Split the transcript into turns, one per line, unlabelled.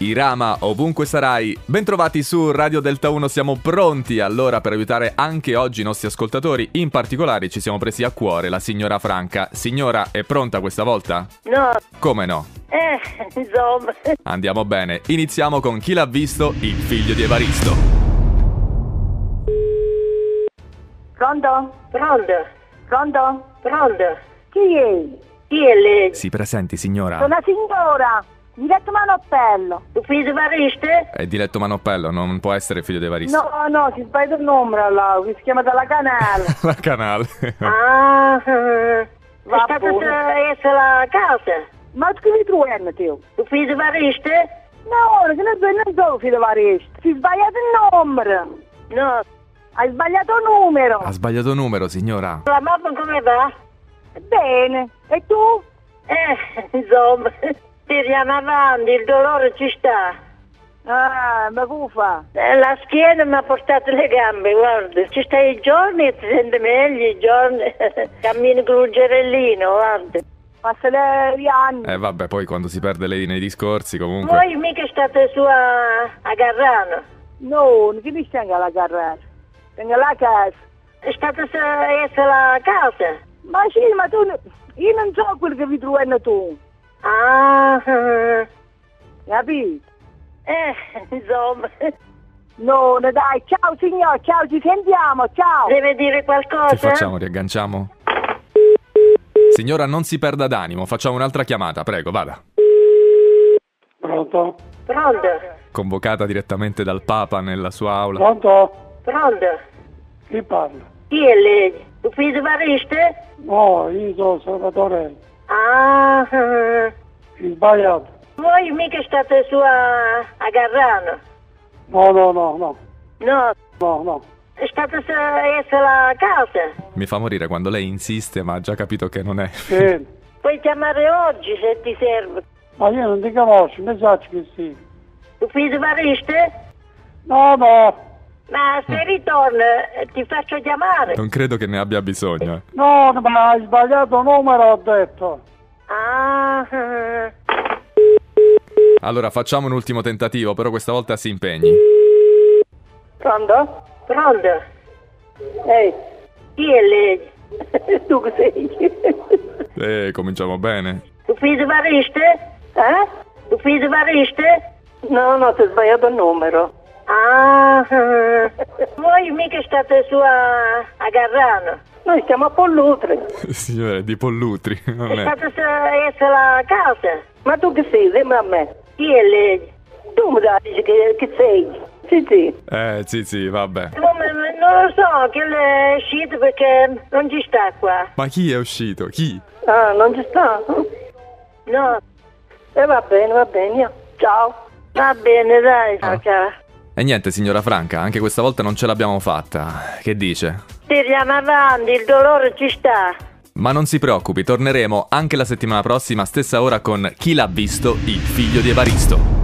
Irama, ovunque sarai, bentrovati su Radio Delta 1, siamo pronti allora per aiutare anche oggi i nostri ascoltatori, in particolare ci siamo presi a cuore la signora Franca. Signora, è pronta questa volta?
No,
Come no?
eh, insomma.
Andiamo bene, iniziamo con chi l'ha visto, il figlio di Evaristo.
Pronto? Pronto? Pronto? Pronto? é Chi è? Chi è lei?
Si presenti signora?
Sono la signora, diretto Manoppello. Tu figlio di Variste?
È diletto Manoppello, non può essere il figlio di Evaristo.
No, no, si sbaglia il nome là, si chiama dalla canale.
La canale.
ah, va è stata essere la casa.
Ma tu mi
é,
trovi, Teo?
Tu figlio di Variste?
No, ora che noi due non sono filo varesti. Si è sbagliato il numero.
No,
Hai sbagliato il numero.
Ha sbagliato numero signora.
la mamma come va?
Bene. E tu?
Eh, insomma, tiriamo avanti, il dolore ci sta.
Ah, ma cufa.
Eh, La schiena mi ha portato le gambe, guarda, ci stai i giorni e ti senti meglio i giorni, cammini con un gerellino, guarda.
Passano gli anni.
Eh vabbè, poi quando si perde lei nei discorsi comunque...
é?
Voi mica state su a, a Garrano,
No, non ti mi stai alla carrera. Tengo la casa.
state su- a essere a casa.
Ma sì, ma tu... non- Io non so quello che mi trovi tu.
Ah, eh,
Capito?
É, insomma,
No, no, dai. Ciao signor, ciao, ci sentiamo, ciao.
deve dire qualcosa?
Che facciamo, riagganciamo? Signora, non si perda d'animo, facciamo un'altra chiamata, prego, vada.
Pronto?
Pronto,
Convocata direttamente dal Papa nella sua aula.
Pronto?
pronto,
Chi parla?
chi è lei? Tu figlio di Variste?
No, io sono Salvatore.
Ah, eh,
Ho sbagliato.
voi mica state su a, a Garrano,
No, no, no, no.
no,
No, no.
state su a essere a casa.
Mi fa morire quando lei insiste, ma ha già capito che non è.
Bene.
Puoi chiamare oggi se ti serve.
Ma io non ti conosco, mi sa che sì.
Tu figlio di Variste?
No, no.
Ma se ritorna eh, ti faccio chiamare.
Non credo che ne abbia bisogno. eh.
No, no, ma hai sbagliato numero, ho detto.
Ah, eh,
Allora, facciamo un ultimo tentativo, però questa volta si impegni.
Pronto?
pronto?
Ehi,
Chi è lei?
tu che sei?
Eh, cominciamo bene.
Tu figlio di Variste?
Eh?
Tu figlio di Variste?
No, no, ti ho sbagliato il numero.
Ah, eh, voi mica state su a, a Garrano,
Noi stiamo a Pollutre.
Signore, di Pollutri, non è.
state su a essere a casa.
Ma tu che sei? Sembra a me.
Chi è lei?
Tu mi dici che, che sei? Sì, sì.
Eh, sì, sì, vabbè.
Come- Non
é
lo so, che lei è uscito perché non ci sta qua.
Ma chi è uscito? Chi?
Ah, non ci sta?
No,
E va bene, va bene. io- Ciao.
va bene, dai, ciao.
E niente, signora Franca, anche questa volta non ce l'abbiamo fatta. Che dice?
Tiriamo avanti, il dolore ci sta.
tá.
Ma non si preoccupi, torneremo anche la settimana prossima, stessa ora con Chi l'ha visto, il figlio di Evaristo.